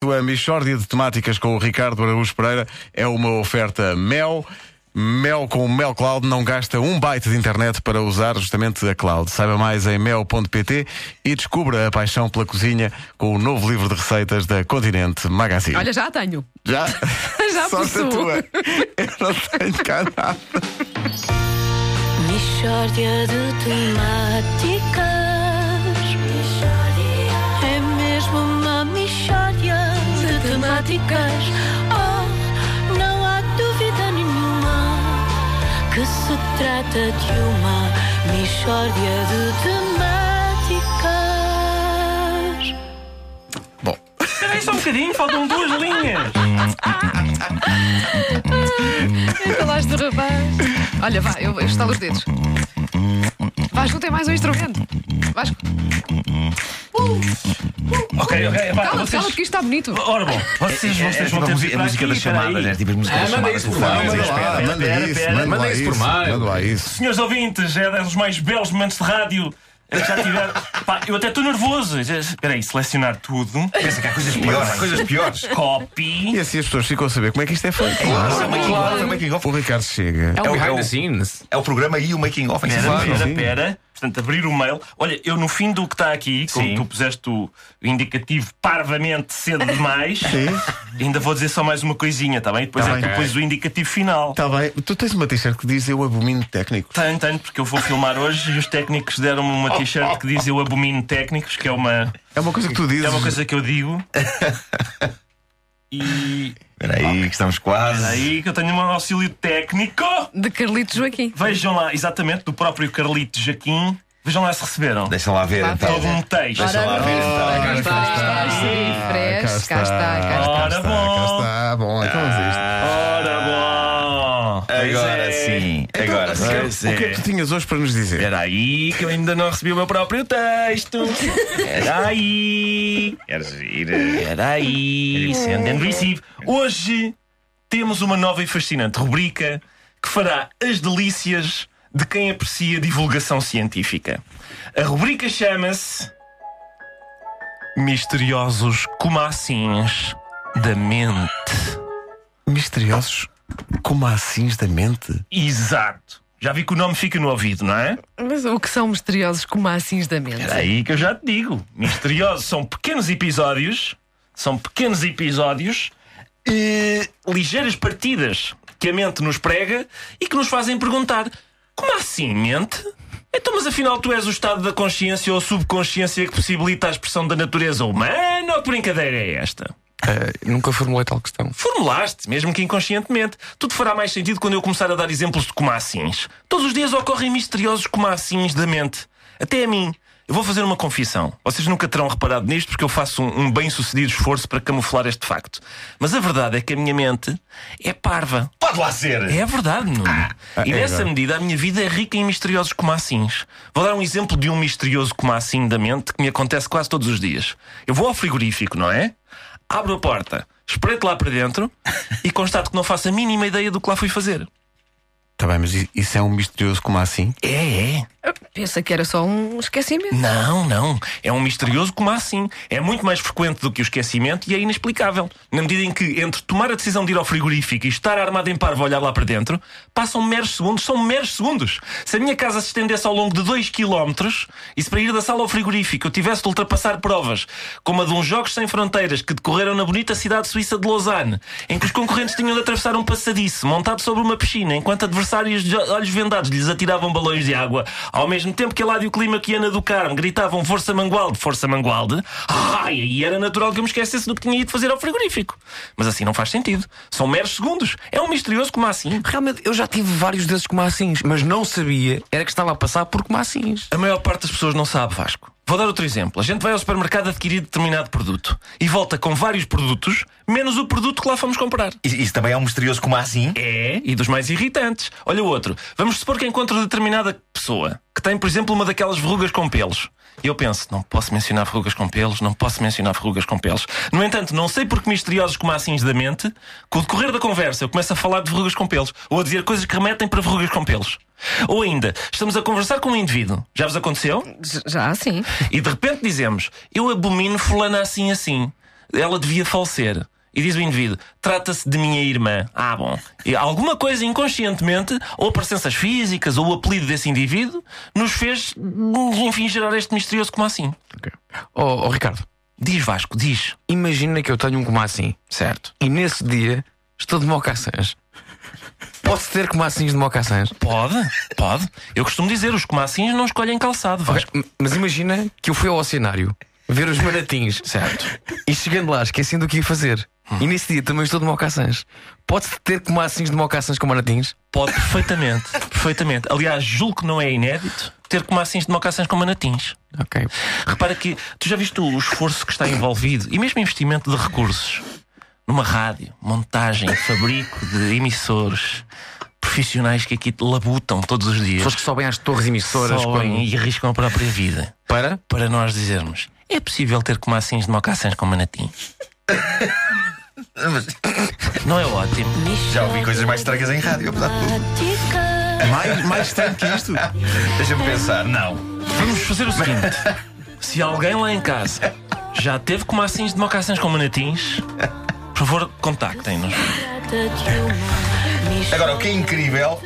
Portanto, a Michórdia de Temáticas com o Ricardo Araújo Pereira é uma oferta Mel. Mel com o Mel Cloud não gasta um byte de internet para usar justamente a cloud. Saiba mais em mel.pt e descubra a paixão pela cozinha com o novo livro de receitas da Continente Magazine. Olha, já a tenho. Já? Já Sorte possuo. tua. Eu não tenho cá nada. Mishória de temáticas É mesmo uma mishória de temáticas Oh, não há dúvida nenhuma Que se trata de uma mishória de temáticas Bom, Espera aí só um bocadinho, faltam duas linhas. Falaste do rapaz. Olha, vá, eu, eu estalo os dedos. Vasco, tem mais um instrumento. Vasco, Uh, ok, ok, pá, cala-te, vocês. cala-te que isto está bonito. Ora bom, vocês, É, vocês vão ter de vir tipo a para música aqui, das espera chamadas, aí. é tipo as músicas das Ah, manda chamadas. isso por telefones, mais, é manda espera. lá, manda pera, isso, pera. manda, Manda lá isso por isso, mail. manda lá isso. Senhores ouvintes, é dos mais belos momentos de rádio que já tiveram. Pá, eu até estou nervoso. Espera aí, selecionar tudo. Pensa que há coisas piores, coisas piores. E Copy. assim as pessoas ficam a saber como é que isto é feito. Isso é o making of, é o making of. O Ricardo chega. É É um o- é Behind the o- scenes. É o programa e o making of. em si. Pera, sim. pera, pera. Portanto, abrir o mail. Olha, eu no fim do que está aqui, como Sim. tu puseste o indicativo parvamente cedo demais, um É? ainda vou dizer só mais uma coisinha, está bem? Depois Tá é bem. que tu pões o indicativo final. Está Tá bem. Tu tens uma t-shirt que diz eu abomino técnico. Tenho, tenho, porque eu vou filmar hoje e os técnicos deram-me uma t-shirt que diz Eu abomino técnicos, que é uma, É uma coisa que tu dizes. é uma coisa que eu digo. E Espera aí, que estamos quase. aí que eu tenho um auxílio técnico. de Carlitos Joaquim. Vejam lá, exatamente, do próprio Carlito Jaquim. Vejam lá se receberam. Deixa lá ver então. Todo um texto. Deixa lá ver Ah, então. Cá está, refresh, cá está, cá está. Ora Cá está, cá bom, Ah, está. Bom, então vamos a isto. ora bom. Pois Agora é. Então, sim, agora Ricardo, sim. O que é que tu tinhas hoje para nos dizer? Espera aí, que eu ainda não recebi o meu próprio texto. Espera aí. Queres é. ir? Espera aí. Send and é um receive. Hoje temos uma nova e fascinante rubrica que fará as delícias de quem aprecia divulgação científica. A rubrica chama-se Misteriosos Comacins da Mente. É. Misteriosos assim, comacins da mente. Exato. Já vi que o nome fica no ouvido, não é? Mas o que são misteriosos comacins da mente? É aí que eu já te digo. Misteriosos são pequenos episódios, são pequenos episódios, eh, ligeiras partidas que a mente nos prega e que nos fazem perguntar: como assim, mente? Então, mas afinal, tu és o estado da consciência ou subconsciência que possibilita a expressão da natureza humana? Ou que brincadeira é esta? É, Nunca formulei tal questão. Formulaste, mesmo que inconscientemente. Tudo fará mais sentido quando eu começar a dar exemplos de comacins. Todos os dias ocorrem misteriosos comacins da mente. Até a mim. Eu vou fazer uma confissão. Vocês nunca terão reparado nisto porque eu faço um, um bem-sucedido esforço para camuflar este facto. Mas a verdade é que a minha mente é parva. Pode lá ser. É a verdade, Nuno. e nessa medida a minha vida é rica em misteriosos comacins. Vou dar um exemplo de um misterioso comacim da mente que me acontece quase todos os dias. Eu vou ao frigorífico, não é? Abro a porta, espreito lá para dentro e constato que não faço a mínima ideia do que lá fui fazer. Está bem, mas i- isso é um misterioso comacim? É, é. Pensa que era só um esquecimento. Não, não. É um misterioso como assim. É muito mais frequente do que o esquecimento e é inexplicável. Na medida em que, entre tomar a decisão de ir ao frigorífico e estar armado em parvo a olhar lá para dentro, passam meros segundos, são meros segundos. Se a minha casa se estendesse ao longo de 2 km e se para ir da sala ao frigorífico eu tivesse de ultrapassar provas, como a de uns Jogos Sem Fronteiras que decorreram na bonita cidade suíça de Lausanne, em que os concorrentes tinham de atravessar um passadiço montado sobre uma piscina, enquanto adversários de olhos vendados lhes atiravam balões de água, ao mesmo tempo que Eládio Clima e Ana do Carmo gritavam Força Mangualde, Força Mangualde, ai, aí era natural que eu me esquecesse do que tinha ido fazer ao frigorífico. Mas assim não faz sentido. São meros segundos. É um misterioso como assim. Realmente, eu já tive vários desses comacins, mas não sabia era que estava a passar por comacins. A maior parte das pessoas não sabe, Vasco. Vou dar outro exemplo. A gente vai ao supermercado adquirir determinado produto e volta com vários produtos, menos o produto que lá fomos comprar. Isso isso também é um misterioso como assim. É, e dos mais irritantes. Olha o outro. Vamos supor que encontro determinada pessoa que tem, por exemplo, uma daquelas verrugas com pelos. E eu penso, não posso mencionar verrugas com pelos, não posso mencionar verrugas com pelos. No entanto, não sei por que misteriosos como assim da mente, com o decorrer da conversa eu começo a falar de verrugas com pelos, ou a dizer coisas que remetem para verrugas com pelos. Ou ainda, estamos a conversar com um indivíduo. Já vos aconteceu? J- Já, sim. E de repente dizemos: Eu abomino fulana assim assim. ela devia falecer. E diz o indivíduo: trata-se de minha irmã. Ah, bom. E alguma coisa inconscientemente, ou presenças físicas, ou o apelido desse indivíduo, nos fez, enfim, gerar este misterioso como assim. Oh, oh, Ricardo, Diz Vasco, diz. imagina que eu tenho um como assim. Certo. E nesse dia estou de mocaçãs. Posso ter comacinhos de mocaçãs? Pode, pode. Eu costumo dizer: os comacinhos não escolhem calçado, Vasco. M- Mas imagina que eu fui ao cenário ver os maratins Certo. e chegando lá esquecendo o que ia fazer. E nesse dia também estou de mocaçãs. Pode-se ter comacinhos de mocaçãs com maratins? Pode perfeitamente, perfeitamente. Aliás, julgo que não é inédito ter comacinhos de mocações com manatins. Ok. Repara que tu já viste o esforço que está envolvido e mesmo investimento de recursos numa rádio, montagem, fabrico de emissores, profissionais que aqui labutam todos os dias, Pessoas que sobem às torres emissoras sobem quando- e arriscam a própria vida para. para nós dizermos é possível ter comacinhos de mocações com manatins? Não é ótimo? Já ouvi coisas mais estranhas em rádio, apesar de tudo. Matemática. Mais, mais estranho que isto. Deixa-me pensar. Não. Vamos fazer o seguinte: se alguém lá em casa já teve comacinhos de mocações com manatins, por favor, contactem-nos. Agora, o que é incrível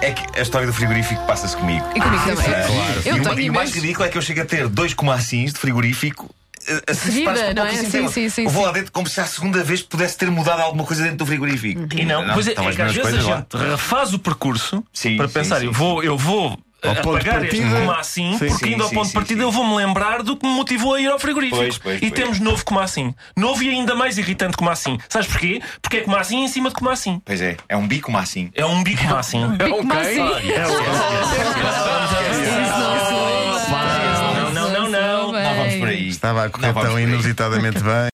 é que a história do frigorífico passa-se comigo. E comigo também. Ah, e, Eu o ma- tenho e o mais imenso. ridículo é que eu chego a ter dois comacins de frigorífico. eh, Assim, Seguida, separados por não é? pouquíssimo Sim, tempo. sim, sim, Eu vou sim. lá dentro como se à segunda vez pudesse ter mudado alguma coisa dentro do frigorífico. E não, pois é, estão é as que às mesmas vezes a coisas lá. gente refaz o percurso Sim, para sim, pensar, sim, eu vou, eu vou eh, ponto de apagar este partida. comacim, Sim, porque sim, indo ao sim, ponto de sim, partida sim. eu vou-me lembrar do que me motivou a ir ao frigorífico. Pois, pois, e pois. temos novo comacim. Novo e ainda mais irritante comacim. Sabes porquê? Porque é comacim em cima de comacim. Pois é, é um bico macim. É um bico comacim. Bico Massim. Não, não, não, não. Soube. Não vamos por aí. Estava a correr Não vamos tão por aí. inusitadamente bem.